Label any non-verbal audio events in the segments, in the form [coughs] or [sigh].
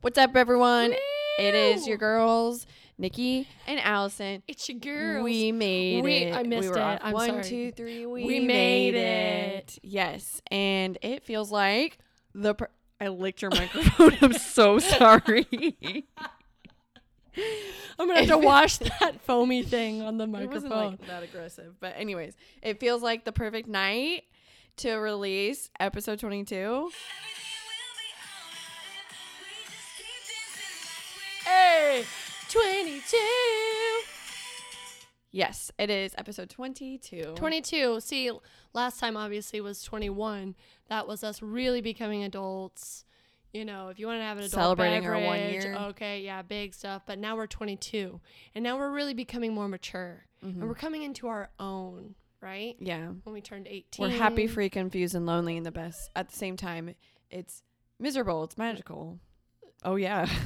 What's up, everyone? It is your girls, Nikki and Allison. It's your girl. We made We- it. I we missed were it. Off. I'm One, sorry. two, three. We, We made made it. Yes, and it feels like the. Per- I licked your microphone. I'm so sorry. I'm [laughs] gonna have to wash that foamy thing on the It wasn't microphone. like that aggressive, but anyways, it feels like the perfect night to release episode 22. Hey, 22, Yes, it is episode 22. 22. See, last time obviously was 21. That was us really becoming adults. You know, if you want to have an adult Celebrating our one beverage, year. okay, yeah, big stuff. But now we're 22, and now we're really becoming more mature, Mm-hmm. and we're coming into our own, right? Yeah. When we turned 18, We're happy, free, confused, and lonely in the best. At the same time, it's miserable. It's magical. Oh, yeah. [laughs]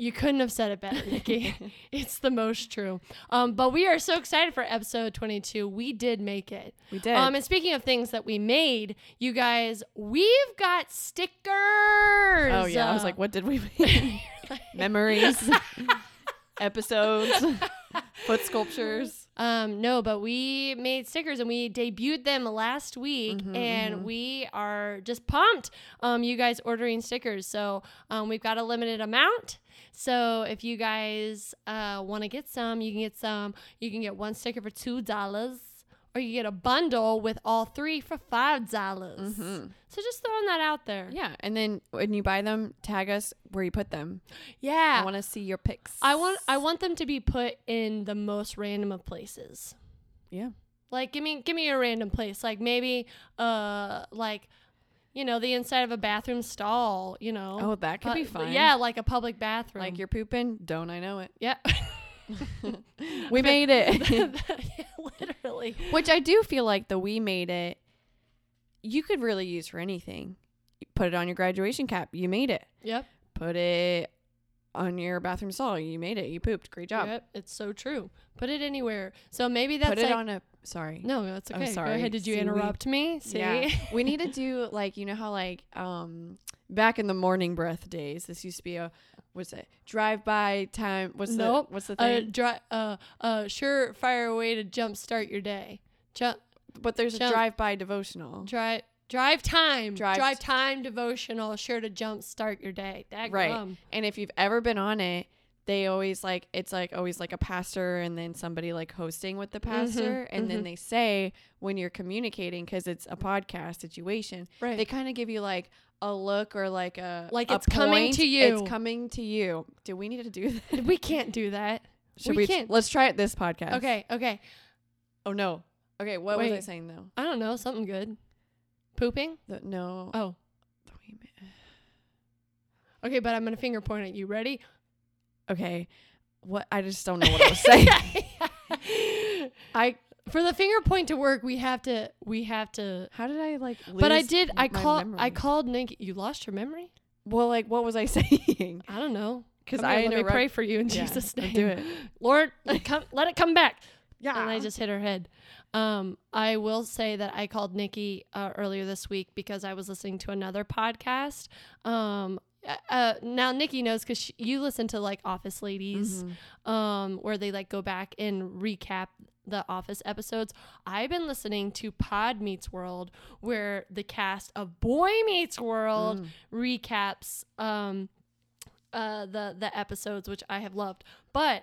You couldn't have said it better, Nikki. [laughs] it's the most true. Um, but we are so excited for episode 22. We did make it. We did. Um, and speaking of things that we made, you guys, we've got stickers. Oh oh, yeah. I was like, what did [laughs] we make? [laughs] Memories, episodes, [laughs] foot sculptures. Um, no, but we made stickers and we debuted them last week, Mm-hmm, and we are just pumped. Um, you guys ordering stickers, so um, we've got a limited amount. So if you guys uh, want to get some, you can get some. You can get one sticker for two dollars, or you get a bundle with all three for five dollars. So just throwing that out there. Mm-hmm. Yeah. And then when you buy them, tag us where you put them. I Yeah. want to see your pics. I want I want them to be put in the most random of places. Yeah. Like give me give me a random place. Like maybe uh like you know, the inside of a bathroom stall, you know. Oh, that could Uh, be but fun. Yeah, like a public bathroom. Like you're pooping? Don't I [laughs] know it? Yeah. [laughs] We made [laughs] it. Literally. Which I do feel like the we made it. You could really use for anything. You put it on your graduation cap. You made it. Yep. Put it on your bathroom stall. You made it. You pooped. Great job. Yep. It's so true. Put it anywhere. So maybe that's Put it like on a. Sorry. No, that's I'm okay. sorry. Go ahead. Did you See, we- interrupt me? See? Yeah. we need to [laughs] do like you know how like um back in the morning breath days. This used to be a what's it drive by time. What's Nope. the what's the a thing? dry, uh, uh, surefire way to jump start your day. Jump, but there's a jump. drive by devotional. drive, drive time, Drive drive, t- time devotional, sure to jump start your day. That Right. gum. And if you've ever been on it, they always like it's like always like a pastor and then somebody like hosting with Mm-hmm. the pastor and then they say when you're communicating cuz it's a podcast situation, Right. they kind of give you like a look or like a Like a it's coming to you. It's coming to you. Do we need to do that? we can't do [laughs] that. Should we we, can't. Let's try it this podcast. Okay, okay. Oh no. Okay, what was I Wait. saying though? I don't know, something good. Pooping? The, no. Oh, the way ma- okay, but I'm gonna finger point at [laughs] you. Ready? Okay. What I just don't know what I was saying. [laughs] I For the finger point to work, we have to, we have to. [laughs] how did I like lose But I did. my I called. I memory? called Nick. You lost your memory? Well, like, what was I [laughs] saying? I don't know. 'Cause Come here, I let me interrupt- pray for you in Yeah, Jesus' I'll name. do [gasps] it. Lord, come, let it come back. Yeah. And I just hit her head. Um, I will say that I called Nikki uh, earlier this week because I was listening to another podcast. Um, uh, uh, now Nikki knows because you listen to like Office Ladies, um, where they like go back and recap the Office episodes. I've been listening to Pod Meets World, where the cast of Boy Meets World recaps um, uh, the the episodes, which I have loved. But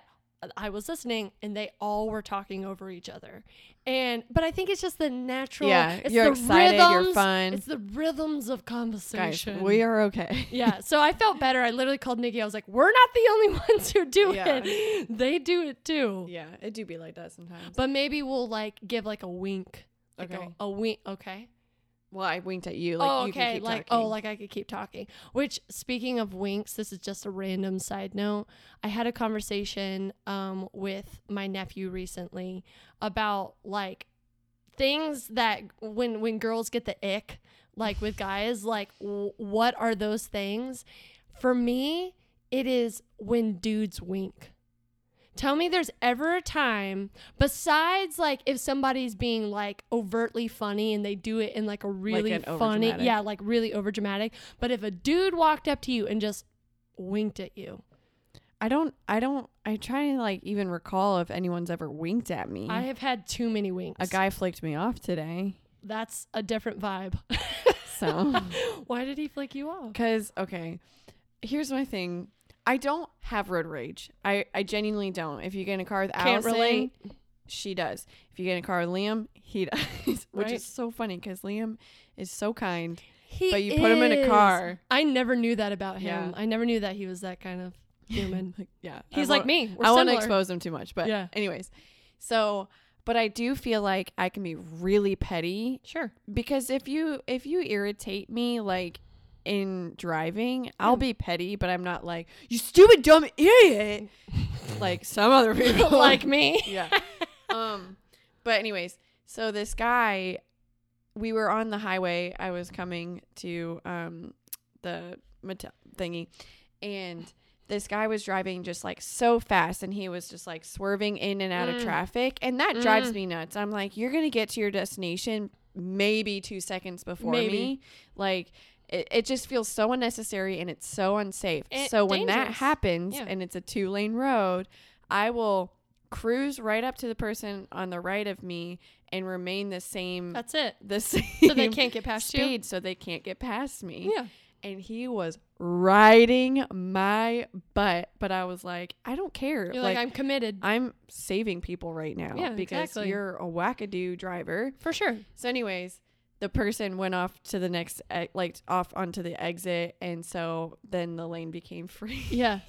I was listening, and they all were talking over each other. And but I think it's just the natural. Yeah, it's you're the excited, you're rhythms- fun. It's the rhythms of Guys, conversation. we are okay. [laughs] [laughs] yeah, so I felt better. I literally called Nikki. I was like, "We're not the only [laughs] ones who do Yeah. it. They do it too." Yeah, it do be like that sometimes. But maybe we'll like give like a wink. Like Okay. A, a wink. Okay. Well, I winked at you. Like, oh, you okay. can keep like talking. oh, like I could keep talking. Which speaking of winks, this is just a random side note. I had a conversation um with my nephew recently about like things that when when girls get the ick like with guys like w- what are those things for me it is when dudes wink tell me there's ever a time besides like if somebody's being like overtly funny and they do it in like a really an funny overdramatic. yeah like really overdramatic but if a dude walked up to you and just winked at you. I don't. I don't. I try to like even recall if anyone's ever winked at me. I have had too many winks. Mm. a guy flaked me off today. That's a different vibe. [laughs] [laughs] So, Why did he flick you off? because okay, here's my thing. I don't have road rage. I I genuinely don't. If you get in a car with Can't Allison, relate. she does. If you get in a car with Liam, he [laughs] does. Which Right. is so funny because Liam is so kind, He but you put him in a is. car. I never knew that about him. Yeah. I never knew that he was that [laughs] kind of human. Like, yeah, I He's won't- like me. We're I want to similar. expose him too much, but Yeah. anyways. So, but I do feel like I can be really petty Sure. because if you if you irritate me like in driving, I'll be petty, but I'm not like you stupid dumb idiot like some [laughs] other people like me. [laughs] yeah. Um, but anyways, so this guy, we were on the highway. I was coming to um the Mattel thingy, and this guy was driving just like so fast, and he was just like swerving in and out of Mm. traffic, and that drives Mm. me nuts. I'm like, you're gonna get to your destination maybe two seconds before Maybe. me, like. It, it just feels so unnecessary and it's so unsafe. It- so when that dangerous. happens Yeah. and it's a two lane road, I will cruise right up to the person on the right of me and remain the same [laughs] That's it. the same So they can't get past speed so they can't get past me. you. Yeah. And he was riding my butt, but I was like, I don't care. You're like, I'm committed. I'm saving people right now Yeah, because exactly. you're a wackadoo driver. for sure. So, anyways, the person went off to the next, e- like off onto the exit, and so then the lane became free. [laughs] Yeah.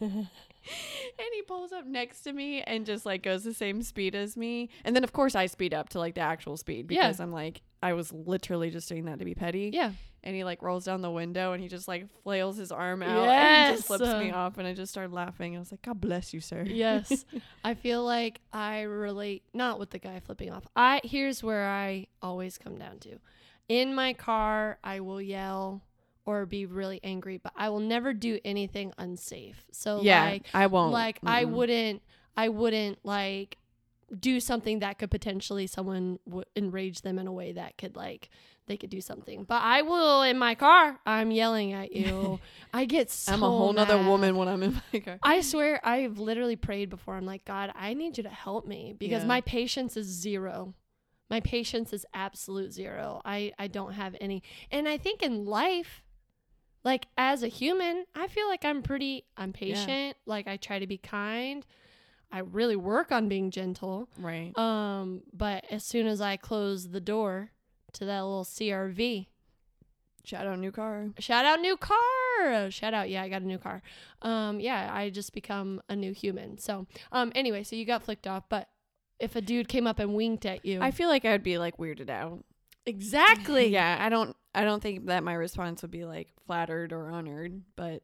And he pulls up next to me and just like goes the same speed as me. And then of course I speed up to like the actual speed Yeah. because I'm like I was literally just doing that to be petty. Yeah. And he like rolls down the window and he just like flails his arm out and just Yes. Uh. flips me off and I just started laughing. I was like, God bless you, sir. [laughs] yes i feel like i relate not with the guy flipping off i here's where i always come down to in my car i will yell or be really angry but i will never do anything unsafe so yeah. like I won't. like i Mm-mm. wouldn't i wouldn't like do something that could potentially someone w- enrage them in a way that could like they could do something but i will in my car i'm yelling at [laughs] you i get so I'm a whole nother mad. woman when I'm in my [laughs] car. I swear I've literally prayed before. I'm like, God, I need you to help me because Yeah. my patience is zero. My patience is absolute zero. I, I don't have any. And I think in life, like as a human, I feel like I'm pretty I'm patient. Like I try to be kind. I really work on being gentle. Right. Um, but as soon as I close the door to that little CRV, Shout out new car. shout out new car shout out yeah i got a new car um yeah i just become a new human so um anyway so you got flicked off but if a dude came up and winked at you I feel like I would be like weirded out. [laughs] exactly Yeah, I don't I don't think that my response would be like flattered or honored, but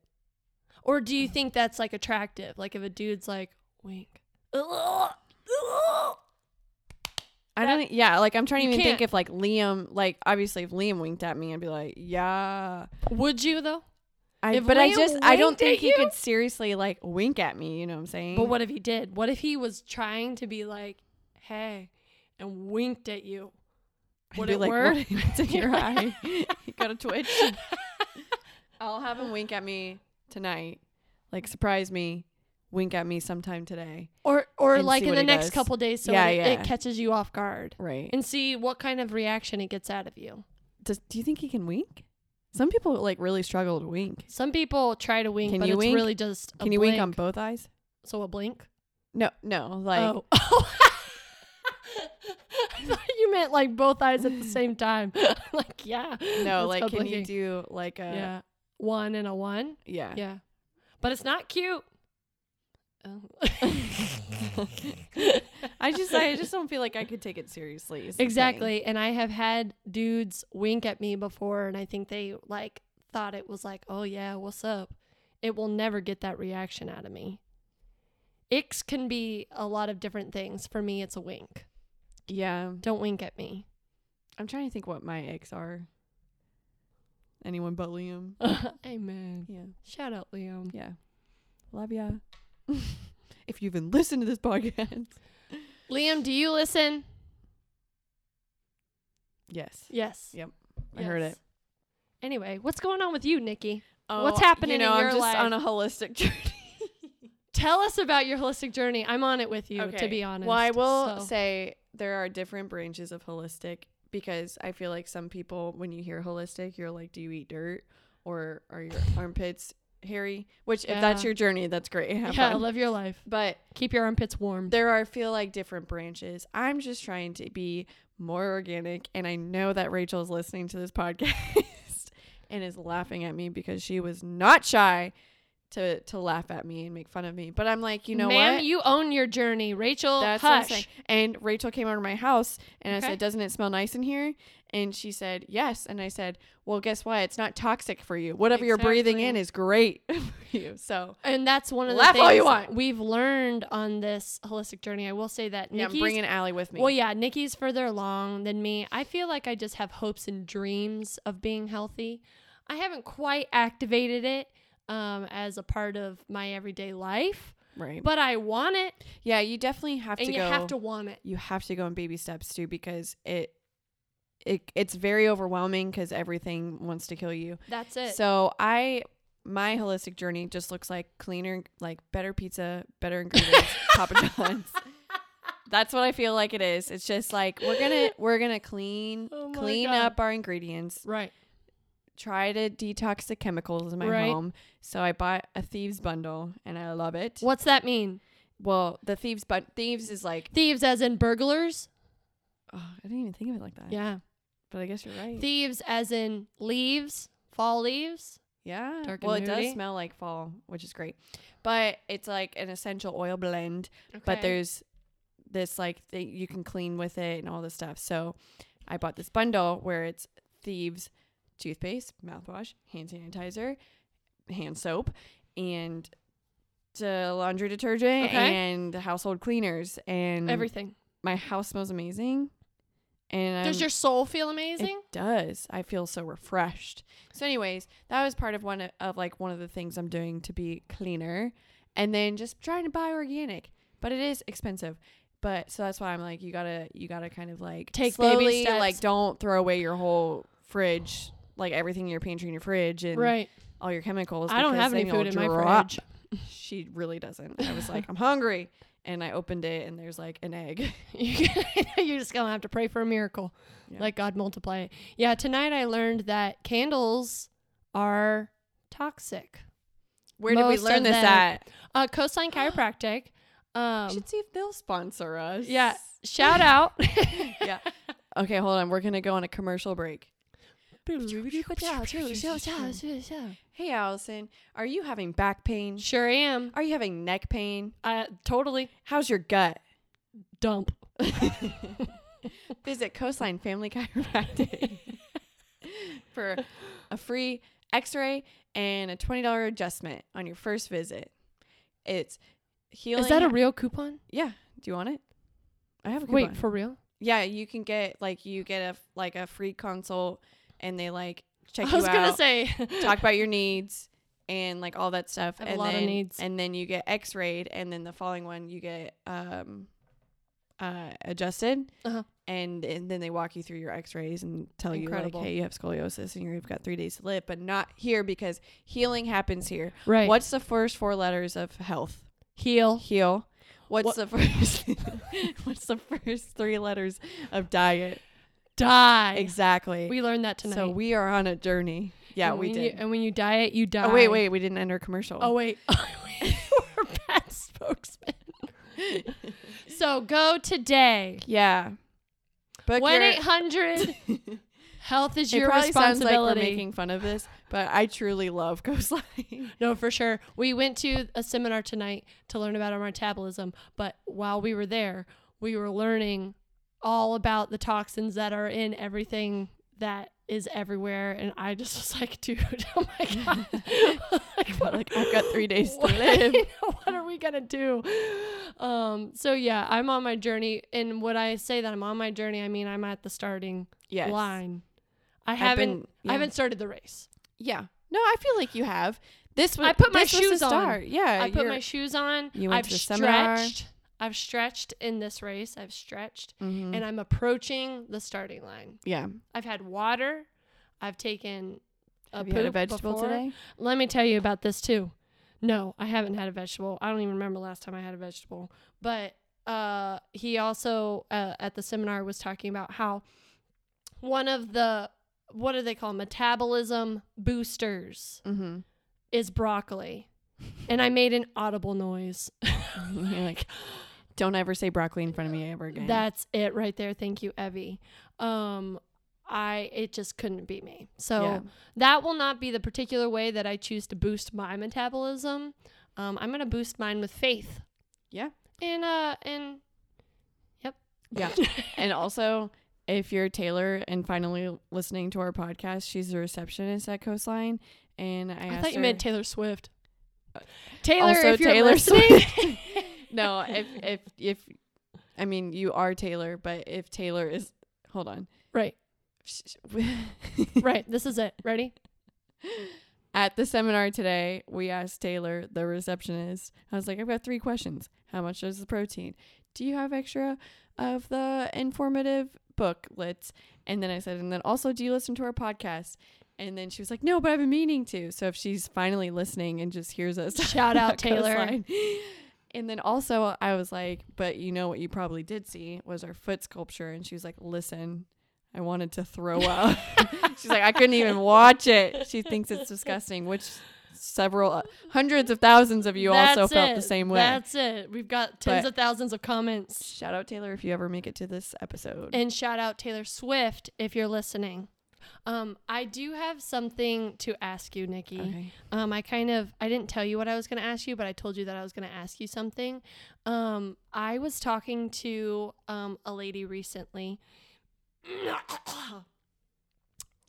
or do you think that's like attractive like if a dude's like wink I That- don't. e, Yeah, like I'm trying to You even think can't. if like Liam, like obviously if Liam winked at me, I'd be like, yeah. would you though I, If but I Liam just I don't winked at think he you? could seriously like wink at me. You know what I'm saying? but what if he did what if he was trying to be like hey and winked at you I'd would be it like, work [laughs] "What? [laughs] It's in your eye. [laughs] you got a twitch. I'll have him wink at me tonight. Like surprise me, wink at me sometime today. or or And like see in what the he next does. couple days so Yeah, it, yeah. it catches you off guard Right. and see what kind of reaction it gets out of you. Does do you think he can wink? Some people like really struggle to wink. Some people try to wink, Can but you it's wink? really just a Can you blink. wink on both eyes? so a blink? No, no. Like oh. [laughs] I thought you meant like both eyes at the same time. [laughs] like yeah. no. [laughs] that's Like how can you blinking- do like a yeah. One and a one? yeah. Yeah. But it's not cute. [laughs] I just I [laughs] just don't feel like I could take it seriously. is the thing. Exactly. And I have had dudes wink at me before, and I think they like thought it was like, oh, yeah, what's up? It will never get that reaction out of me. Icks can be a lot of different things. For me, it's a wink. Yeah. Don't wink at me. I'm trying to think what my icks are. Anyone but Liam. [laughs] Amen. Yeah. Shout out, Liam. Yeah. Love ya. [laughs] if you even listen to this podcast. Liam, do you listen? Yes. Yes. Yeah, I heard Yes. it. Anyway, what's going on with you, Nikki? oh, What's happening You in know, your I'm just life? on a holistic journey. Tell us about your holistic journey. I'm on it with you, to be honest. Well, I will so- say there are different branches of holistic because I feel like some people, when you hear holistic, you're like, do you eat dirt or are [laughs] your armpits hairy? Which, if that's Yeah. your journey, that's great. [laughs] Have [laughs] yeah, fun. live your life. But Keep your armpits warm. there are, I feel like, different branches. I'm just trying to be more organic. And I know that Rachel's listening to this [laughs] podcast and is laughing at me because she was not shy to, to laugh at me and make fun of me. But I'm like, you know Ma'am, what? you own your journey. Rachel, That's what I'm hush. saying. And Rachel came over to my house and I Okay. said, Doesn't it smell nice in here? And she said, Yes. And I said, Well, guess what? It's not toxic for you. Whatever you're breathing in Exactly. is great [laughs] for you. So And that's one of the Laugh things all you want. we've learned on this holistic journey. I will say that yeah, I'm Nikki's- bringing Allie with me. Well, yeah, Nikki's further along than me. I feel like I just have hopes and dreams of being healthy. I haven't quite activated it um, as a part of my everyday life, Right. but I want it, yeah, you definitely have and to you go. have to want it. you have to go in baby steps too because it. It, it's very overwhelming because everything wants to kill you. That's it. So I, my holistic journey just looks like cleaner, like better pizza, better ingredients, [laughs] Papa John's. That's what I feel like it is. It's just like we're gonna we're gonna clean [laughs] Oh my clean God. up our ingredients. right. Try to detox the chemicals in my Right. home. So I bought a thieves bundle and I love it. What's that mean? Well, the thieves but thieves is like Thieves, as in burglars? oh, I didn't even think of it like that. Yeah. But I guess you're right. Thieves, as in leaves, fall leaves. Yeah. Dark and well, it moody. does smell like fall, which is great. But it's like an essential oil blend. But there's this like thing you can clean with it and all this stuff. So I bought this bundle where it's thieves toothpaste, mouthwash, hand sanitizer, hand soap, and uh, laundry detergent Okay. and household cleaners. And everything. my house smells amazing. And Does I'm- your soul feel amazing? it does. I feel so refreshed. So, anyways, that was part of one of, of like one of the things I'm doing to be cleaner, and then just trying to buy organic, but it is expensive. But so that's why I'm like, you gotta, you gotta kind of like Take baby slowly, steps. like don't throw away your whole fridge, like everything in your pantry and your fridge and right. all your chemicals. I don't because have any then you'll food in my drop. fridge. [laughs] She really doesn't. I was like, I'm hungry, and I opened it, and there's like an egg. [laughs] [laughs] You're just gonna have to pray for a miracle, Yeah. like God multiply it. Yeah. Tonight I learned that candles are toxic. Where did we Most of learn this them. at? Uh, Coastline Chiropractic. We Um, should see if they'll sponsor us. yeah. Shout out. [laughs] yeah. Okay, hold on. We're gonna go on a commercial break. Hey, Allison, are you having back pain? Sure am. Are you having neck pain? I totally How's your [laughs] gut? dump. Visit Coastline Family Chiropractic [laughs] for a free X-ray and a twenty dollar adjustment on your first visit. It's healing. Is that a real coupon? yeah? Do you want it? I have a coupon. Wait, for real? yeah, you can get like you get a f- like a free consult, and they like check [laughs] I was you gonna out. say talk about your needs and like all that stuff. I have a and lot of then, needs. And then you get x-rayed and then the following one you get um uh adjusted. Uh-huh. And, and then they walk you through your x-rays and tell Incredible. you like, hey, you have scoliosis and you've got three days to live, but not here because healing happens here. [laughs] right. What's the first four letters of health? heal? Heal. What's What- the first? [laughs] what's the first three letters of diet? Die. Exactly. We learned that tonight. so we are on a journey. Yeah, And we when did. you- and when you diet, you die. Oh wait, wait, we didn't enter commercial. Oh wait. [laughs] We're bad spokesmen. [laughs] so go today. yeah. Book One your- [laughs] eight hundred. Health [laughs] is it your probably sounds like we're responsibility. making fun of this, but I truly love [laughs] Coastline. [laughs] no, for sure. We went to a seminar tonight to learn about our metabolism, but while we were there, we were learning all about the toxins that are in everything that is everywhere and I just was like, dude, [laughs] oh my god. like, what- like I've got three days to [laughs] what, live. what are we gonna do? Um, so yeah, I'm on my journey, and when I say that I'm on my journey, I mean I'm at the starting Yes. line. I I've been- haven't, yeah. I haven't started the race. Yeah. No, I feel like you have. This was I put my this was the shoes on. start. Yeah. I put my Uh, you're- shoes on. you went I've to the stretched. seminar. I've stretched in this race. I've stretched, Mhm. and I'm approaching the starting line. yeah. I've had water. I've taken a Have you had a poop vegetable before. today? Let me tell you about this too. No, I haven't had a vegetable. I don't even remember last time I had a vegetable. But uh, he also uh, at the seminar was talking about how one of the what do they call 'em? metabolism boosters Mm-hmm. [laughs] is broccoli, and I made an audible noise. [laughs] You're like, don't ever say broccoli in front of me ever again. That's it right there. Thank you, Evie. Um, I it just couldn't be me. So Yeah. that will not be the particular way that I choose to boost my metabolism. Um, I'm gonna boost mine with faith. Yeah. And uh and yep. [laughs] Yeah. and also, if you're Taylor and finally listening to our podcast, she's a receptionist at Coastline. And I, I asked thought you her- meant Taylor Swift. Taylor, Uh, also if you're Taylor listening, no, if if if I mean you are Taylor, but if Taylor is hold on. right, [laughs] right. This is it. Ready? [laughs] At the seminar today, we asked Taylor, the receptionist. I was like, I've got three questions. How much is the protein? Do you have extra of the informative booklets? And then I said, and then also, do you listen to our podcast? And then she was like, no, but I've been meaning to. So if she's finally listening and just hears us, talk Shout [laughs] out about Taylor. coastline. And then also, I was like, but you know what you probably did see was our foot sculpture. And she was like, listen, I wanted to throw [laughs] up. She's like, I couldn't even watch it. She thinks it's disgusting, which several uh, hundreds of thousands of you also That's felt the it. same way. That's it. We've got tens But- of thousands of comments. Shout out Taylor if you ever make it to this episode. And shout out Taylor Swift if you're listening. Um, I do have something to ask you, Nikki. Okay. Um, I kind of I didn't tell you what I was going to ask you, but I told you that I was going to ask you something. Um, I was talking to um, a lady recently. It's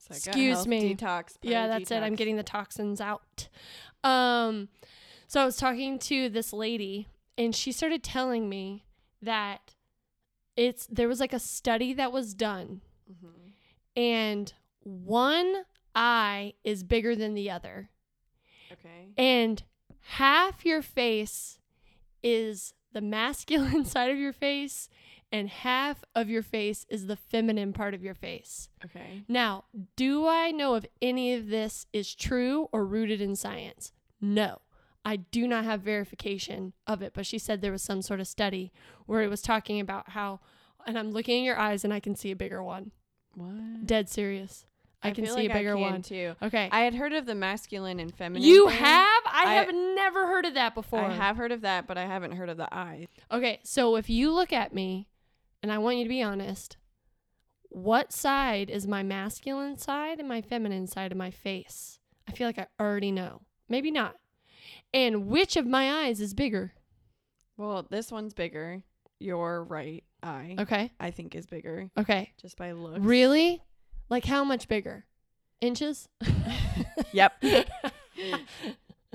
like a Excuse health me. Detox. yeah, that's it. I'm detox. getting the toxins out. Um, so I was talking to this lady, and she started telling me that it's there was like a study that was done Mhm. and one eye is bigger than the other, Okay. and half your face is the masculine [laughs] side of your face, and half of your face is the feminine part of your face. Okay. Now, do I know if any of this is true or rooted in science? No. I do not have verification of it, but she said there was some sort of study where it was talking about how, and I'm looking in your eyes and I can see a bigger one. What? Dead serious. I, can feel see like a bigger I can one. too. Okay. I had heard of the masculine and feminine. you thing. have? I, I- have never heard of that before. I have heard of that, but I haven't heard of the eye. Okay, so if you look at me, and I want you to be honest, what side is my masculine side and my feminine side of my face? I feel like I already know. Maybe not. And which of my eyes is bigger? Well, this one's bigger. Your right eye, Okay. I think, is bigger Okay. just by looks. Really? Like how much bigger? Inches? [laughs] [laughs] Yep.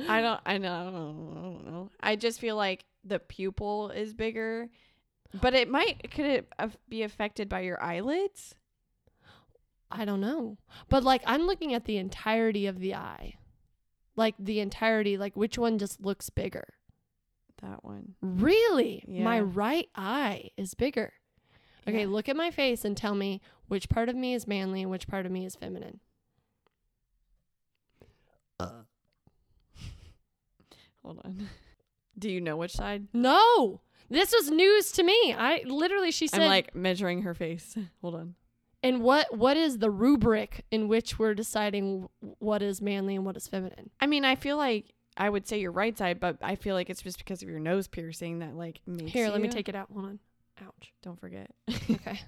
I don't. I know. I don't know. I just feel like the pupil is bigger, but it might could it af- be affected by your eyelids? I don't know. But like I'm looking at the entirety of the eye. Like the entirety, like which one just looks bigger? That one. Really? My Yeah. right eye is bigger. Okay, Yeah. look at my face and tell me which part of me is manly and which part of me is feminine. Hold on. [laughs] Do you know which side? No. This was news to me. I literally she said I'm like measuring her face. [laughs] Hold on. and what what is the rubric in which we're deciding wh- what is manly and what is feminine? I mean, I feel like I would say your right side, but I feel like it's just because of your nose piercing that like makes Here, let me you- take it out. Hold on. Ouch. Don't forget. [laughs] Okay.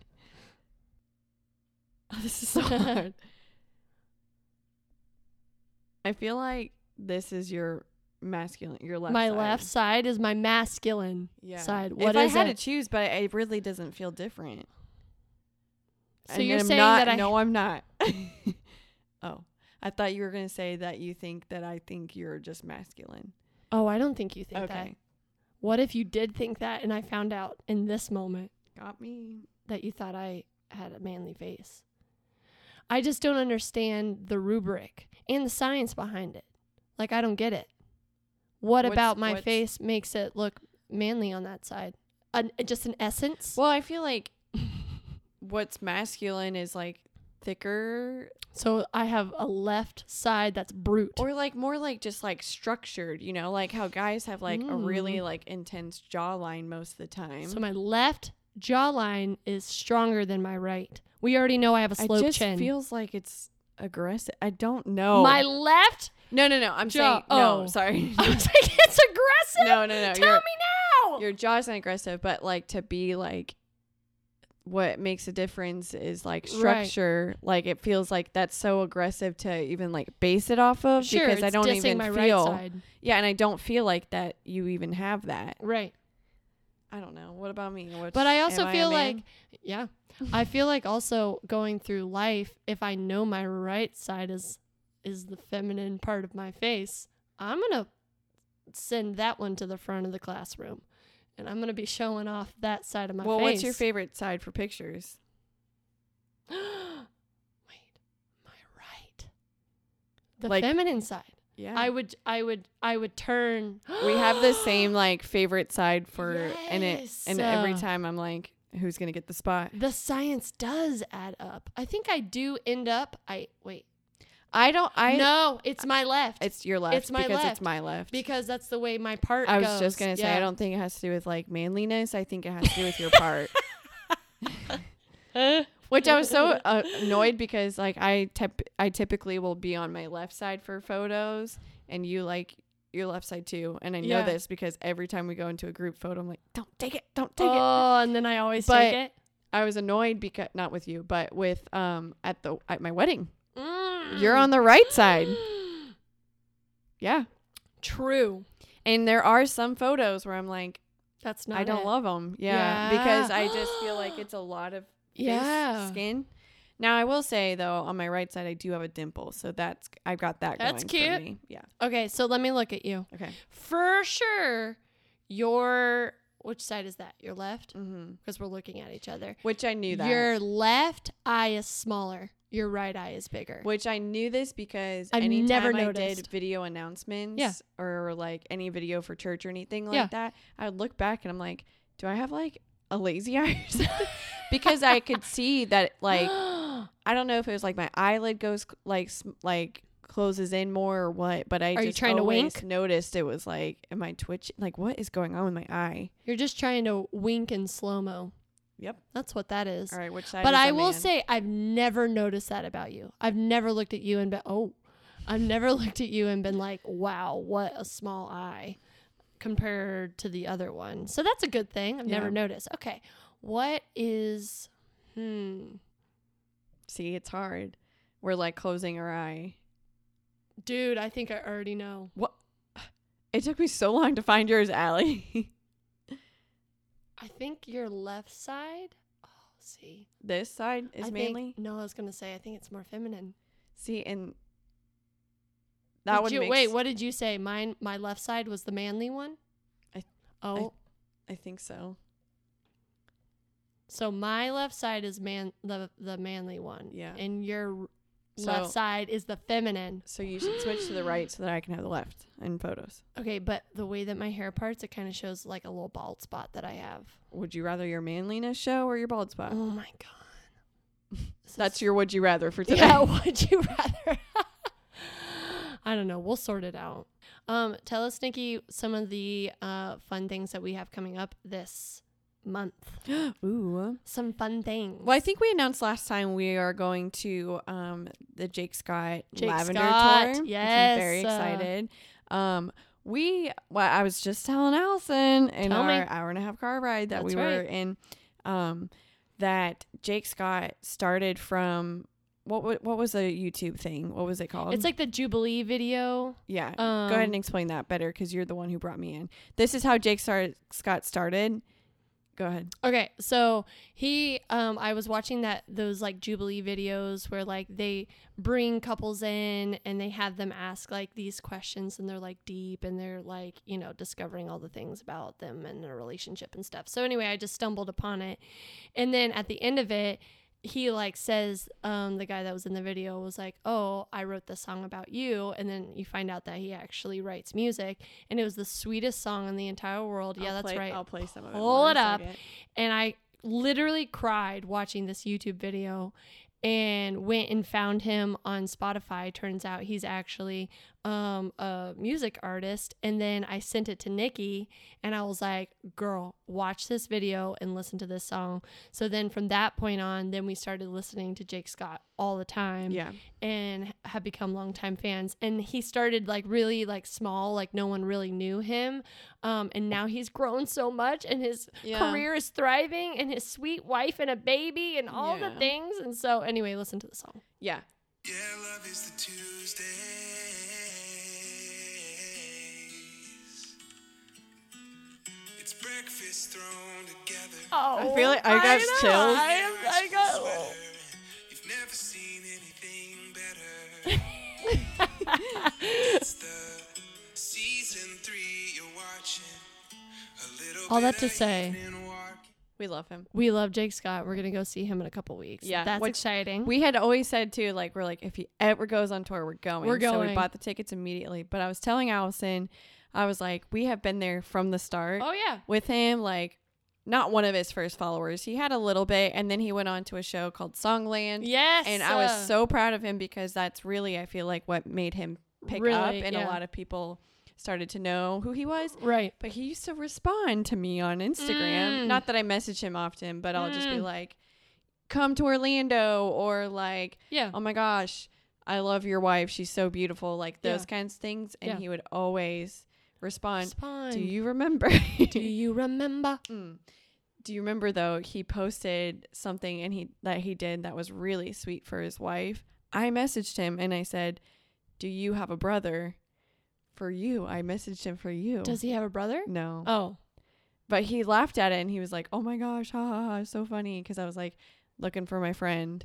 Oh, this is so hard. [laughs] I feel like this is your masculine, your left. my side. left side is my masculine. yeah. side. What if I is had it? to choose, but it really doesn't feel different. So And you're I'm saying not, that I no, I'm [laughs] not. oh, I thought you were gonna say that you think that I think you're just masculine. Oh, I don't think you think that. okay, What if you did think that and I found out in this moment? got me. that you thought I had a manly face. I just don't understand the rubric and the science behind it. Like I don't get it. What What's- about my what's- face makes it look manly on that side? An, just an essence? [laughs] Well, I feel like what's masculine is like thicker So I have a left side that's brute. or like more like just like structured, you know, like how guys have like a Mm. really like intense jawline most of the time. so my left jawline is stronger than my right. We already know I have a it slow just chin. feels like it's aggressive. I don't know. My left? [laughs] no, no, no. I'm jaw- saying no. oh. [laughs] Sorry. [laughs] I was like, it's aggressive. no, no, no. Tell your, me now. your jaw's not aggressive, but like to be like what makes a difference is like Right. structure. Like it feels like that's so aggressive to even like base it off of sure, because it's I don't dissing even my feel. right side. Yeah, and I don't feel like that you even have that. Right. I don't know. What about me? What's- But I also am feel a man? like, yeah, I feel like also going through life, if I know my right side is is the feminine part of my face, I'm gonna send that one to the front of the classroom, and I'm gonna be showing off that side of my well, face. what's your favorite side for pictures? [gasps] Wait, my right, the Like- feminine side. Yeah. I would, I would, I would turn. [gasps] we have the same like favorite side for and it Yes. and every Uh, time I'm like, who's gonna get the spot? The science does add up. I think I do end up. I wait. I don't I no, it's my left. it's your left my because it's left. my left. because that's the way my part. I was goes. just gonna say Yeah. I don't think it has to do with like manliness. I think it has to do with your part. [laughs] Which I was so uh, annoyed because like I tep- I typically will be on my left side for photos, and you like your left side too. And I know Yeah. this because every time we go into a group photo, I'm like, don't take it, don't [gasps] take it. Oh, and then I always But- take it. I was annoyed because not with you, but with um at the at my wedding, Mm. you're on the right [gasps] side. Yeah, True. and there are some photos where I'm like, That's not. I don't it. love them. Yeah, because Yeah. I just feel like it's a lot [gasps] of face, Yeah. skin. Now I will say though, on my right side I do have a dimple, so that's I've got that. That's going for cute. me. Yeah. Okay, so let me look at you. Okay. For sure, your which side is that? Your left, Mm-hmm. because we're looking at each other. Which I knew that. Your left eye is smaller. Your right eye is bigger. Which I knew this because I've anytime never I did noticed. video announcements Yeah. or like any video for church or anything like Yeah. that, I would look back and I'm like, do I have like a lazy [laughs] eye or [laughs] something? because I could see that like [gasps] I don't know if it was like my eyelid goes c- like s- like closes in more or what, but I Are you just trying to always wink? noticed it was like, am I twitching? Like, what is going on with my eye? you're just trying to wink in slow mo. Yep. That's what that is. All right, which side? But is I a will man? say I've never noticed that about you. I've never looked at you and been oh, I've never [laughs] looked at you and been like, wow, what a small eye compared to the other one. So that's a good thing. I've Yeah. never noticed. Okay. What is hmm see, it's hard. We're like closing our eye. dude, I think I already know. What? It took me so long to find yours, Allie. [laughs] I think your left side. Oh, see. this side is I mainly Think, no, I was gonna say I think it's more feminine. see, and that Did would you, make wait, s- what did you say? Mine my left side was the manly one? I- oh I think so. So my left side is man the the manly one. Yeah. And your r- So- left side is the feminine. So you should switch to the right so that I can have the left in photos. Okay, but the way that my hair parts, it kind of shows like a little bald spot that I have. Would you rather your manliness show or your bald spot? Oh my god. [laughs] This Uh. That's is- your would you rather for today. [laughs] Yeah, would you rather? [laughs] I don't know. We'll sort it out. Um, tell us, Nikki, some of the uh, fun things that we have coming up this [gasps] month. Ooh. Some fun things. Well, I think we announced last time we are going to um, the Jake Scott Jake Lavender Scott, Tour. which I'm yes, very uh, excited. Um, we, well, I was just telling Allison in Tell our me. hour and a half car ride that we That's were right. in um, that Jake Scott started from what? wa- What was the YouTube thing? What was it called? It's like the Jubilee video. yeah. Um, Go ahead and explain that better because you're the one who brought me in. This is how Jake Star- Scott started. Go ahead. Okay, so he, um, I was watching that those like Jubilee videos where like they bring couples in and they have them ask like these questions and they're like deep and they're like you know discovering all the things about them and their relationship and stuff. So anyway, I just stumbled upon it, and then at the end of it, he like says, um, the guy that was in the video was like, "Oh, I wrote this song about you," and then you find out that he actually writes music and it was the sweetest song in the entire world. yeah, I'll that's play- right I'll play some of it. Pull one it up. second. and I literally cried watching this YouTube video. and went and found him on Spotify. Turns out he's actually um, a music artist. And then I sent it to Nikki and I was like, girl, watch this video and listen to this song. So then from that point on, then we started listening to Jake Scott all the time Yeah. and have become longtime fans. And he started like really like small, like no one really knew him. Um, and now he's grown so much and his Yeah. career is thriving and his sweet wife and a baby and all Yeah. the things. And so anyway, listen to the song. Yeah. Yeah, love is the Tuesdays. It's breakfast thrown together. Oh, I feel like I got chills. I, oh. I Christmas got sweater. You've never seen anything better. it's the season three you're watching. A little All that bit to of say. evening walking. We love him. we love Jake Scott. We're gonna go see him in a couple weeks. Yeah, that's which exciting. We had always said too, like we're like if he ever goes on tour, we're going. We're So going. we bought the tickets immediately. But I was telling Allison, I was like, we have been there from the start oh yeah, with him. Like, not one of his first followers. He had a little bit, and then he went on to a show called Songland. yes. and I was uh, so proud of him because that's really I feel like what made him pick up, Really, and yeah. a lot of people started to know who he was. right. But he used to respond to me on Instagram. Mm. Not that I message him often, but I'll just be Mm. like, "Come to Orlando," or like, Yeah, "Oh my gosh, I love your wife. She's so beautiful." Like those Yeah. kinds of things, and Yeah. he would always respond. Spine. Do you remember? [laughs] [laughs] Do you remember? Mm. Do you remember though? He posted something and he that he did that was really sweet for his wife. I messaged him and I said, "Do you have a brother?" For you, I messaged him for you. Does he have a brother? no, Oh, but he laughed at it and he was like, "Oh my gosh, ha ha, ha so funny." Because I was like looking for my friend.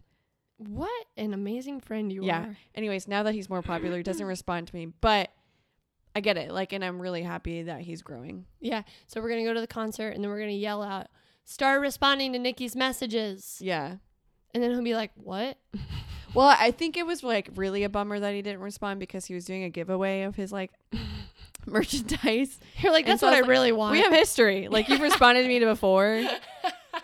what an amazing friend you yeah. are. Anyways, now that he's more popular, he doesn't respond to me, but I get it. Like, and I'm really happy that he's growing. Yeah. So we're gonna go to the concert and then we're gonna yell out, start responding to Nikki's messages, Yeah. and then he'll be like, what? [laughs] Well, I think it was like really a bummer that he didn't respond because he was doing a giveaway of his like merchandise. You're like, And that's so what I I, was like, really want. We have history. Like you've responded to me before.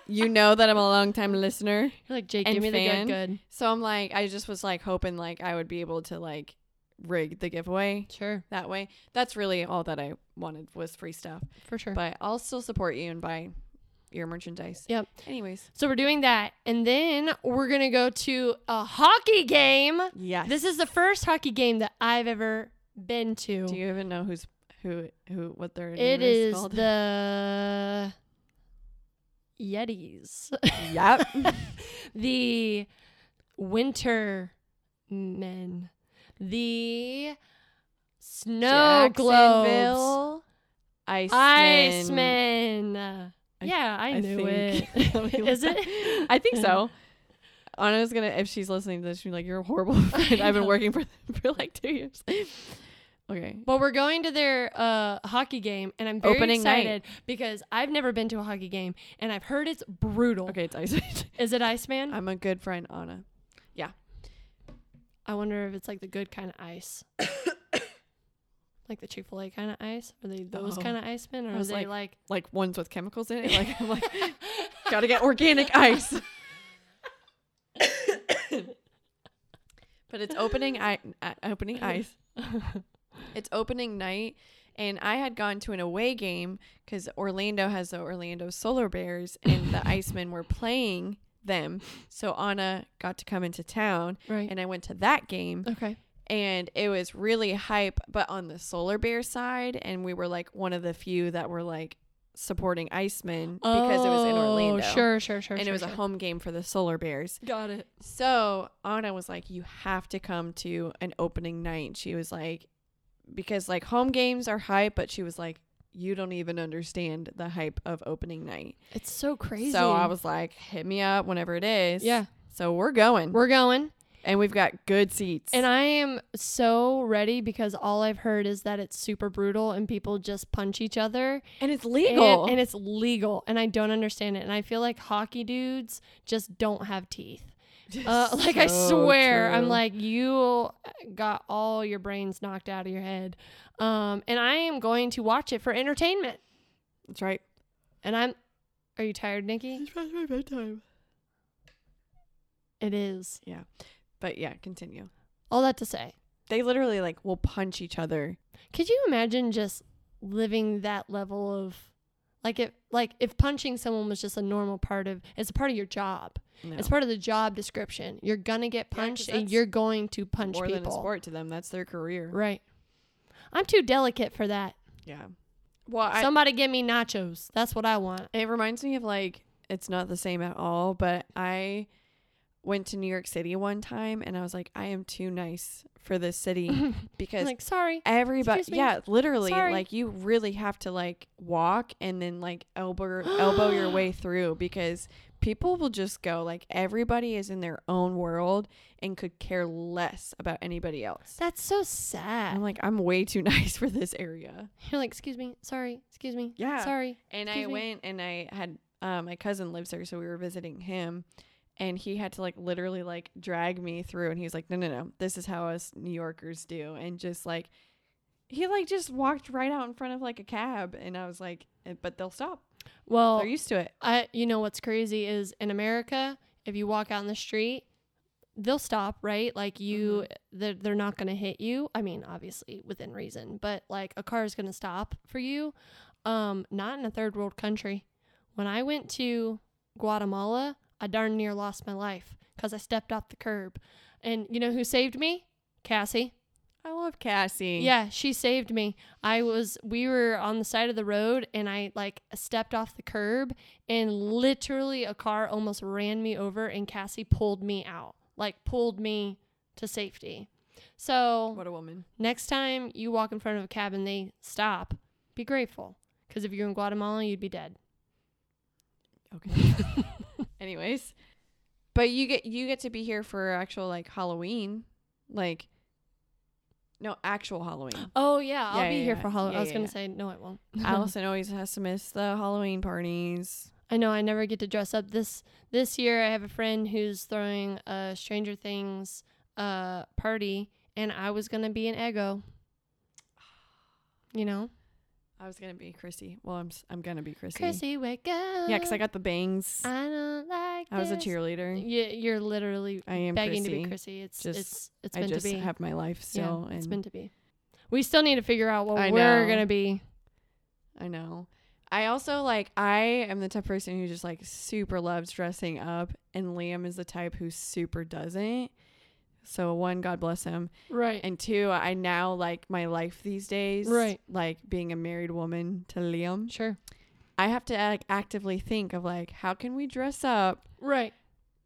You know that I'm a long time listener. You're like, Jake, and give me fan. the good, good. So I'm like I just was like hoping like I would be able to like rig the giveaway Sure, that way. That's really all that I wanted was free stuff. for sure. But I'll still support you and buy your merchandise. Yep. Anyways. So we're doing that, and then we're gonna go to a hockey game. Yes. This is the first hockey game that I've ever been to. Do you even know who's who who what their name it is [laughs] called? the Yetis, Yep. the Winter Men, the Snow Globes, Jacksonville, Iceman. Iceman. yeah, I, I knew think- [laughs] it. [laughs] is it? I think so. Anna's gonna if she's listening to this, she's gonna be like, You're a horrible [laughs] friend. I've been [laughs] know. working for [laughs] them for like two years. [laughs] okay. But we're going to their uh, hockey game, and I'm very Opening night. excited because I've never been to a hockey game, and I've heard it's brutal. Okay, it's Iceman. Is it [laughs] Iceman? I'm a good friend, Anna. I wonder if it's like the good kind of ice. [coughs] like the Chick fil A kind of ice? Are they those Oh. kind of icemen? Or I are was they like. Like ones with chemicals in it. Like I'm like, gotta get organic [laughs] ice. but it's opening I uh, opening ice. it's opening night and i had gone to an away game because orlando has the orlando solar bears [laughs] and the icemen were playing them so anna got to come into town right. and i went to that game okay. and it was really hype but on the solar bear side and we were like one of the few that were like supporting icemen because it was in Oh, orlando Sure, sure, sure. and it sure, was a sure. home game for the solar bears Got it. so Anna was like, "You have to come to an opening night." She was like, because like home games are hype, but she was like, "You don't even understand the hype of opening night." It's so crazy. So I was like, "Hit me up whenever it is." Yeah. So we're going, We're going. and we've got good seats. And I am so ready because all I've heard is that it's super brutal and people just punch each other. and it's And- legal. And, it's legal. And I don't understand it. And I feel like hockey dudes just don't have teeth. Uh, [laughs] like, I So swear, I'm true. like, you got all your brains knocked out of your head. Um, and I am going to watch it for entertainment. That's right. And I'm. Are you tired, Nikki? It's past my bedtime. It is. But yeah, continue. All that to say, They literally like will punch each other. could you imagine just living that level of like if like if punching someone was just a normal part of it's a part of your job. No. It's part of the job description. You're gonna get 'cause punched and that's you're going to punch more than a people. sport to them. That's their career. Right. I'm too delicate for that. Yeah. Well, I, Somebody give me nachos. That's what I want. It reminds me of like it's not the same at all, but I went to New York City one time and I was like, I am too nice for this [laughs] city because like, sorry. everybody "Excuse me? yeah, literally Sorry." like you really have to like walk and then like elbow elbow [gasps] your way through because people will just go like everybody is in their own world and could care less about anybody else. That's so I'm sad. like, I'm way too [laughs] nice for this area. You're like, excuse me, sorry, excuse me. Yeah. Sorry. And I Excuse me? went and I had uh, my cousin lives there, so we were visiting him, and he had to like literally like drag me through, and he was like, "No, no, no, this is how us New Yorkers do," and just like he like just walked right out in front of like a cab, and I was like, "Eh, "But they'll stop. Well They're used to it." I you know what's crazy is in America, if you walk out in the street, they'll stop, right? Like you they're, they're not going to hit you. I mean, obviously within reason, but like a car is going to stop for you. Um not in a third world country. When I went to Guatemala, I darn near lost my life cuz I stepped off the curb. And you know who saved me? Cassie. I love Cassie. Yeah, she saved me. I was we were on the side of the road and I like stepped off the curb and literally a car almost ran me over and Cassie pulled me out. Like pulled me to safety. So Oh, What a woman. next time you walk in front of a cab and they stop, be grateful because if you're in Guatemala, you'd be dead. Okay. [laughs] Anyways, but you get you get to be here for actual like Halloween, like no actual Halloween. Oh yeah, I'll Yeah, be yeah, here yeah. for Halloween. Yeah, I was yeah, gonna yeah. say no, [laughs] it won't. [laughs] Allison always has to miss the Halloween parties. I know I never get to dress up this this year. I have a friend who's throwing a Stranger Things uh party, and I was gonna be an ego. You know, I was gonna be Chrissy. Well, I'm s- I'm gonna be Chrissy. Chrissy, wake up. Yeah, because I got the bangs. I don't like. I was a this. cheerleader. You, you're literally I am begging Chrissy. to be Chrissy. It's Just- it's it's I meant just to be. have my life Yeah, still, it's and meant to be. We still need to figure out what I we're know. gonna be. I know. I also like I am the type of person who just like super loves dressing up, and Liam is the type who super doesn't. So one, God bless him, Right. and two, I now like my life these days. Right. like being a married woman to Liam, sure. I have to like actively think of like how can we dress up Right.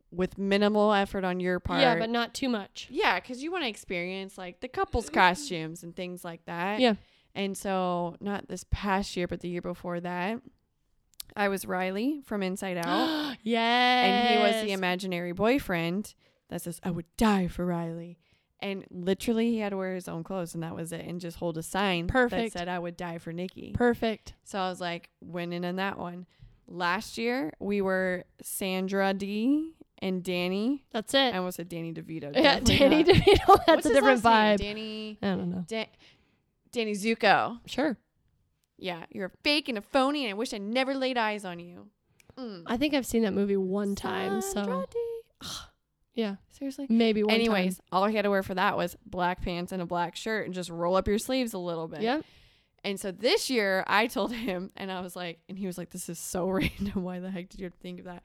with minimal effort on your part. Yeah, but not too [gasps] much. Yeah, because you want to experience like the couples costumes and things like that. Yeah. And so, not this past year, but the year before that, I was Riley from [gasps] Inside Out, yes. and he was the imaginary boyfriend that says, I would die for Riley. And literally, he had to wear his own clothes, and that was it, and just hold a sign Perfect. that said, I would die for Nikki. perfect. so, I was like, winning in that one. Last year, we were Sandra D and Danny. That's it. I almost said Danny DeVito. Yeah, definitely Danny not. DeVito. [laughs] That's What's a his different last vibe. name? Danny I don't know. Da- Danny Zuko. Sure. Yeah, you're a fake and a phony, and I wish I never laid eyes on you. Mm. I think I've seen that movie one time. So Sandra Day. yeah, seriously. maybe one Anyways, all he had to wear for that was black pants and a black shirt, and just roll up your sleeves a little bit. time. Yep. And so this year, I told [laughs] him, and I was like, and he was like, "This is so [laughs] random. Why the heck did you think of that?"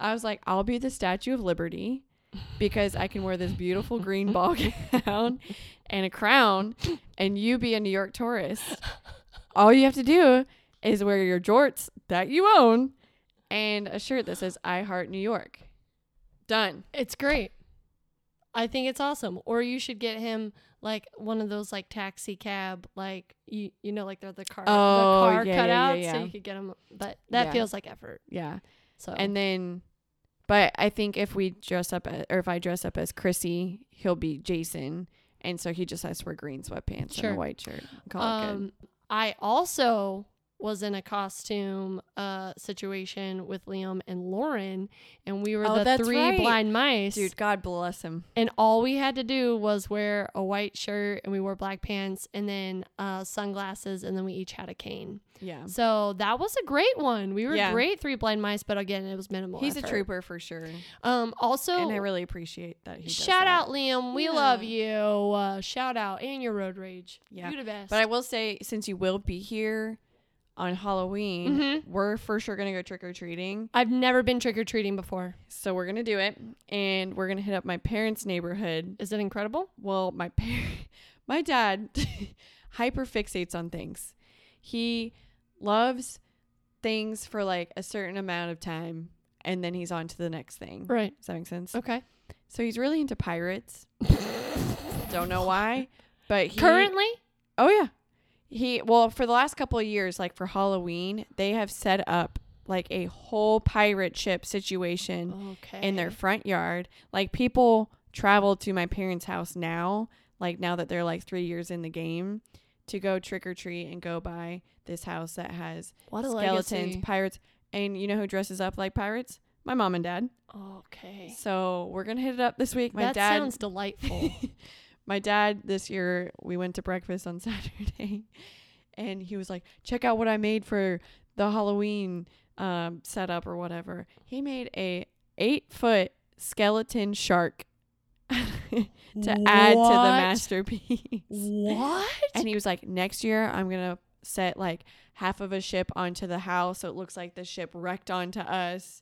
I was like, "I'll be the Statue of Liberty." Because I can wear this beautiful green ball gown and a crown, and you be a New York tourist. All you have to do is wear your jorts that you own and a shirt that says I Heart New York. Done. It's great. I think it's awesome. Or you should get him like one of those like taxi cab, like you you know, like they're the car Oh, the car yeah, yeah, yeah, cutouts, so yeah. you could get him. But that Yeah. feels like effort. Yeah. So And then, but I think if we dress up, a- or if I dress up as Chrissy, he'll be Jason. And so he just has to wear green sweatpants Um, Sure. and a white shirt. Call it good. um, I Um, also was in a costume uh, situation with Liam and Lauren, and we were Oh, the that's three right. blind mice. Dude, God bless him. And all we had to do was wear a white shirt, and we wore black pants, and then uh, sunglasses, and then we each had a cane. Yeah. So that was a great one. We were Yeah. great three blind mice, but again, it was minimal. He's effort. a trooper for sure. Um, also, and I really appreciate that he does shout that. out Liam, we love Yeah. you. Uh, shout out and your road rage. Yeah. you the best. But I will say, since you will be here on Halloween, Mhm. we're for sure gonna go trick or treating. I've never been trick or treating before. So we're gonna do it, and we're gonna hit up my parents' neighborhood. Is it incredible? Well, my [laughs] par- my dad [laughs] hyper fixates on things. He loves things for like a certain amount of time, and then he's on to the next thing. Right. Does that make sense? Okay. So he's really into pirates. Don't know why, but he, Currently, Oh yeah. He well for the last couple of years, like for Halloween, they have set up like a whole pirate ship situation okay. in their front yard. Like people travel to my parents' house now, like now that they're like three years in the game, to go trick or treat and go by this house that has what a skeletons, legacy. pirates, and you know who dresses up like pirates? My mom and dad. Okay. So we're gonna hit it up this week. My that dad sounds [laughs] delightful. my dad this year we went to breakfast on [laughs] Saturday, and he was like, "Check out what I made for the Halloween um, setup or whatever." He made a eight foot skeleton shark [laughs] to add to the masterpiece. [laughs] What? And he was like, "Next year I'm gonna set like half of a ship onto the house so it looks like the ship wrecked onto us."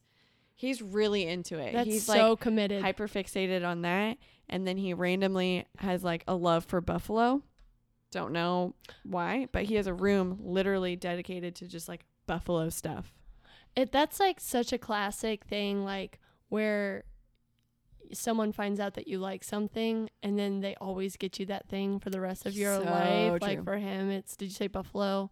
He's really into it. That's He's so like committed. hyper fixated on that and then he randomly has like a love for buffalo don't know why but he has a room literally dedicated to just like buffalo stuff It, that's like such a classic thing, like where someone finds out that you like something and then they always get you that thing for the rest of your So life. Like true. for him, it's did you say buffalo?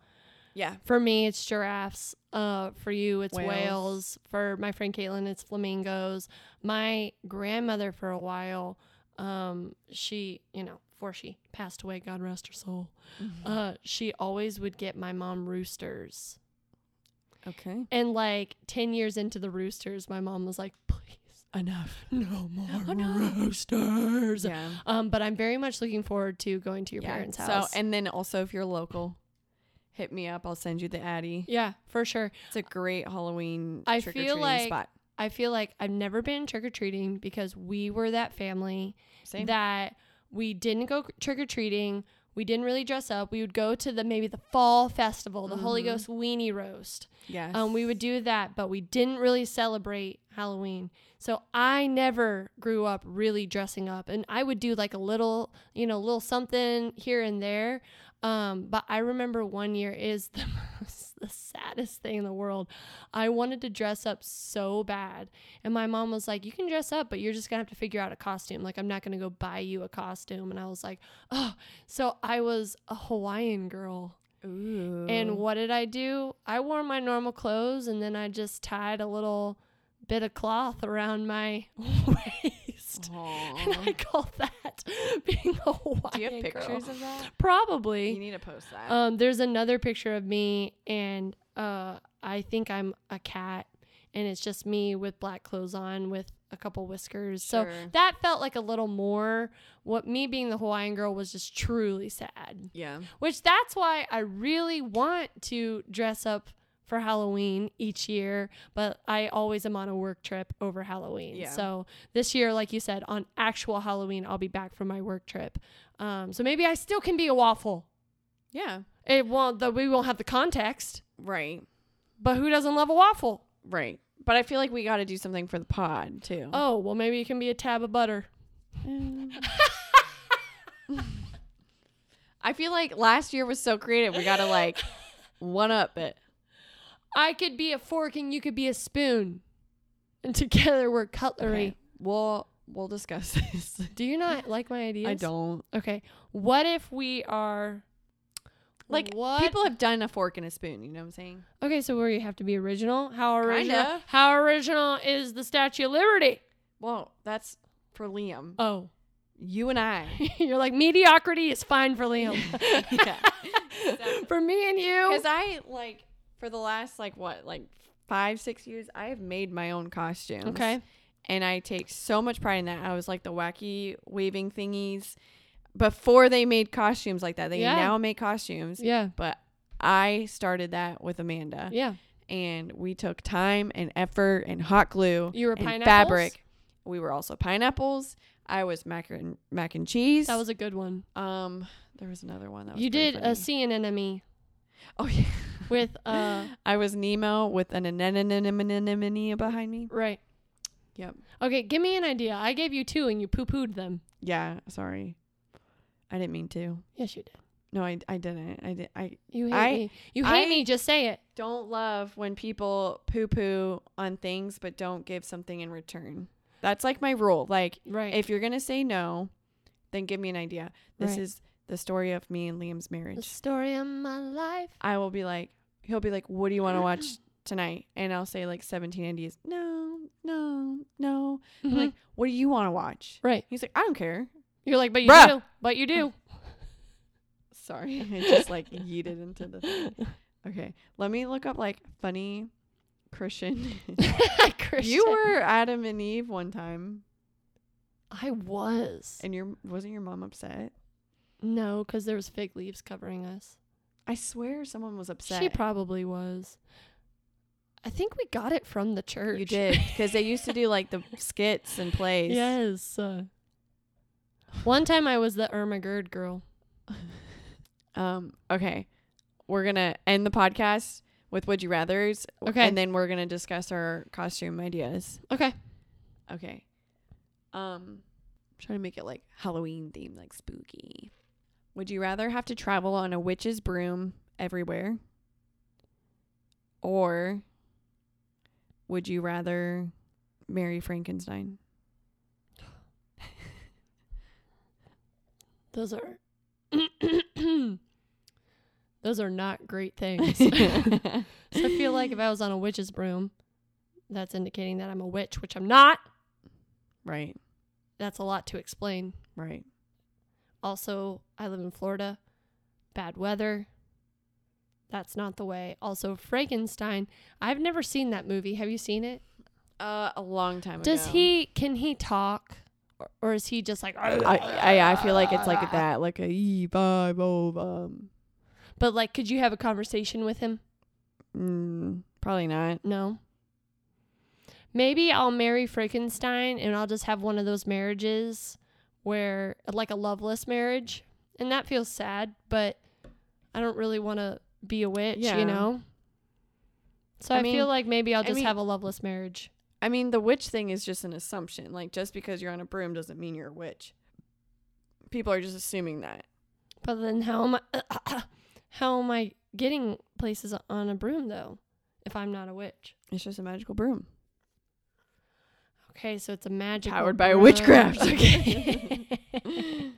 yeah For me, it's giraffes. Uh, for you, it's whales. Whales. For my friend Caitlin, it's flamingos. My grandmother, for a while, um, she, you know, before she passed away, God rest her soul, Mm-hmm. uh, she always would get my mom roosters. okay And like 10 years into the roosters, my mom was like, please, enough no more Oh, no. roosters. yeah, Um, but I'm very much looking forward to going to your yeah. parents' house. so and then also if you're local hit me up i'll send you the addy yeah, for sure. it's a great halloween I trick-or-treating feel like- spot I feel like I've never been trick or treating because we were that family same that we didn't go trick or treating. We didn't really dress up. We would go to the maybe the fall festival, the Holy Mm-hmm. Ghost weenie roast. yes Um, we would do that, but we didn't really celebrate Halloween. So I never grew up really dressing up, and I would do like a little, you know, little something here and there. Um, but I remember one year it is the [laughs] most, the saddest thing in the world. I wanted to dress up so bad, and my mom was like, "You can dress up, but you're just gonna have to figure out a costume. Like I'm not gonna go buy you a costume." And I was like, "Oh." So I was a Hawaiian girl. Ooh. And what did I do? I wore my normal clothes and then I just tied a little bit of cloth around my [laughs] waist. And Aw. I call that [laughs] being a Hawaiian [laughs] do you have girl. pictures of that you Probably. need to post that Um, there's another picture of me and uh, I think I'm a cat and it's just me with black clothes on with a couple whiskers. So Sure. that felt like a little more what me being the Hawaiian girl was just truly sad. yeah Which that's why I really want to dress up for Halloween each year, but I always am on a work trip over Halloween. Yeah. So this year, like you said, on actual Halloween, I'll be back from my work trip. Um, so maybe I still can be a waffle. yeah It won't. The, we won't have the context, right but who doesn't love a waffle? Right. But I feel like we got to do something for the pod too. Oh well, maybe it can be a tab of butter. [laughs] I feel like last year was so creative. We got to like one up it. I could be a fork and you could be a spoon, and [laughs] together we're cutlery. Okay. We'll we'll discuss [laughs] this. Do you not like my ideas? I don't. Okay. What if we are Like what? people have done a fork and a spoon, you know what I'm saying? okay, so where you have to be original. How original? Kinda. How original is the Statue of Liberty? Well, that's for Liam. Oh, [laughs] You and [laughs] I. you're [laughs] like mediocrity is fine [laughs] for Liam. yeah. for me and you, Cuz I like for the last like what like five six years i have made my own costumes Okay. and i take so much pride in that i was like the wacky waving thingies before they made costumes like that they Yeah. now make costumes Yeah. but i started that with amanda Yeah. and we took time and effort and hot glue You were and pineapples? fabric we were also pineapples i was mac and mac and cheese That was a good one. um there was another one that was You pretty did funny. a sea anemone oh yeah with uh [laughs] I was Nemo with an anemone behind me. right. Yep. Okay, give me an idea. I gave you two and you poo pooed them. Yeah, sorry. I didn't mean to. Yes, you did. No, I, I didn't. I did. I You hate I- me. You hate I- me. Just say it. don't love when people poo poo on things but don't give something in return. That's like my rule. Like Right. if you're gonna say no, then give me an idea. This Right. is the story of me and Liam's the marriage. story of my life. I will be like, he'll be like, "What do you [clears throat] want to watch tonight?" And I'll say like 17 ideas. No, no, no. I'm like, "What do you want to watch?" Right. He's like, I don't care. You're like, but you Bruh. do. But you [laughs] do. [laughs] Sorry, I just like yeeted into the thing. Okay, let me look up like funny Christian. [laughs] Christian. you were Adam and Eve one time, I was. and your wasn't your mom upset? No, because there was fig leaves covering us. I swear someone was upset. She probably was. I think we got it from the church. you did because they [laughs] used to do like the skits and plays. yes. uh, one time I was the Irma Gerd girl. Um. Okay, we're gonna end the podcast with Would You Rather's. Okay. And then we're gonna discuss our costume ideas. Okay. Okay. Um trying to make it like Halloween themed, like spooky. Would you rather have to travel on a witch's broom everywhere? Or would you rather marry [laughs] Frankenstein? Those are [coughs] those are not [laughs] great things. so I I feel like if I was on a witch's broom, that's indicating that I'm a witch, which I'm not. Right, That's a lot to explain. right. Also, I live in Florida. Bad weather. That's not the way. Also, Frankenstein. I've never seen that movie. Have you seen it? Uh a long time ago. Does he can he talk or, or is he just like I, I I feel like it's like that, like a E five of um But like could you have a conversation with him? mm, probably not. No. Maybe I'll marry Frankenstein and I'll just have one of those marriages where like a loveless marriage. And that feels sad, but I don't really want to be a witch, Yeah. you know? So I I, mean- feel like maybe I'll I just mean- have a loveless marriage. I mean, the witch thing is just an assumption. Like, just because you're on a broom doesn't mean you're a witch. People are just assuming that. But then how am I [coughs] how am I getting places on a broom though if I'm not a witch? It's just a magical broom. Okay, so it's a magic Powered by witchcraft. [laughs] [laughs] Okay.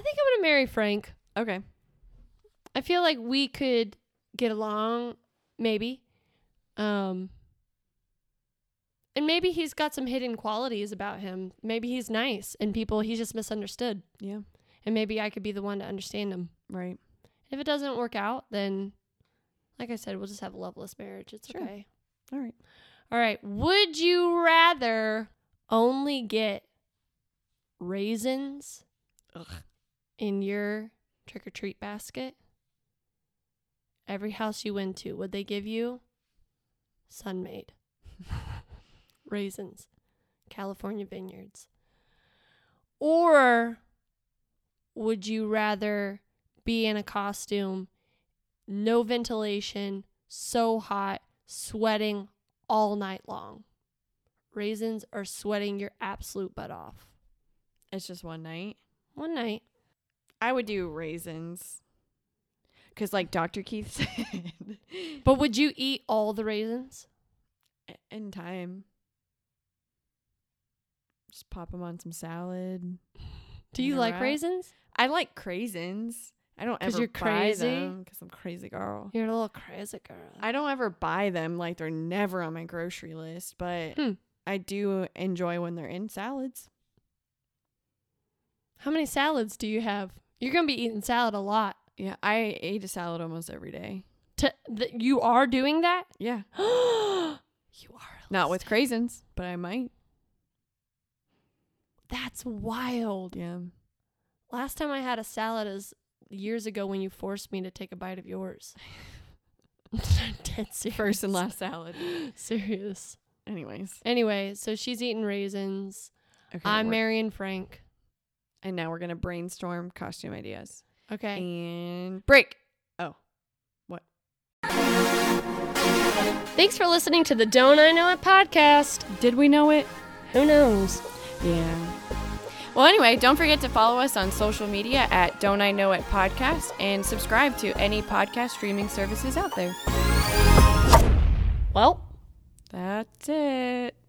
I think I'm going to marry Frank. Okay. I feel like we could get along, maybe. Um, and maybe he's got some hidden qualities about him. Maybe he's nice and people he's just misunderstood. Yeah. And maybe I could be the one to understand him. Right. If it doesn't work out, then like I said, we'll just have a loveless marriage. It's Sure. okay. All right. All right. Would you rather only get raisins in your trick or treat basket? Every house you went to, would they give you sun made raisins, California vineyards? Or would you rather be in a costume, no ventilation, so hot, sweating all night long? Raisins are sweating your absolute butt off. It's just one night. One night. I would do raisins. Because, like Dr. Keith [laughs] said, But would you eat all the raisins? in time, just pop them on some salad. Do In you a like wrap? raisins? I like craisins. I don't 'Cause ever you're crazy? Because I'm crazy girl. You're a little crazy girl. I don't ever buy them like they're never on my grocery list, but Hmm. I do enjoy when they're in salads. How many salads do you have? You're gonna be eating salad a lot. Yeah, I ate a salad almost every day. to that you are doing that? [gasps] Yeah. you are a Not with craisins, but I might. lis- That's wild. Yeah. Last time I had a salad is years ago when you forced me to take a bite of yours. [laughs] Dead serious. [laughs] First and last salad. Serious. Anyways. Anyway, so she's eating raisins. Okay. I'm we're- marrying Frank. And now we're going to brainstorm costume ideas. Okay. And oh, break. Thanks for listening to the Don't I Know It podcast. Did we know it? Who knows? Yeah. Well, anyway, don't forget to follow us on social media at Don't I Know It Podcast and subscribe to any podcast streaming services out there. Well, That's it.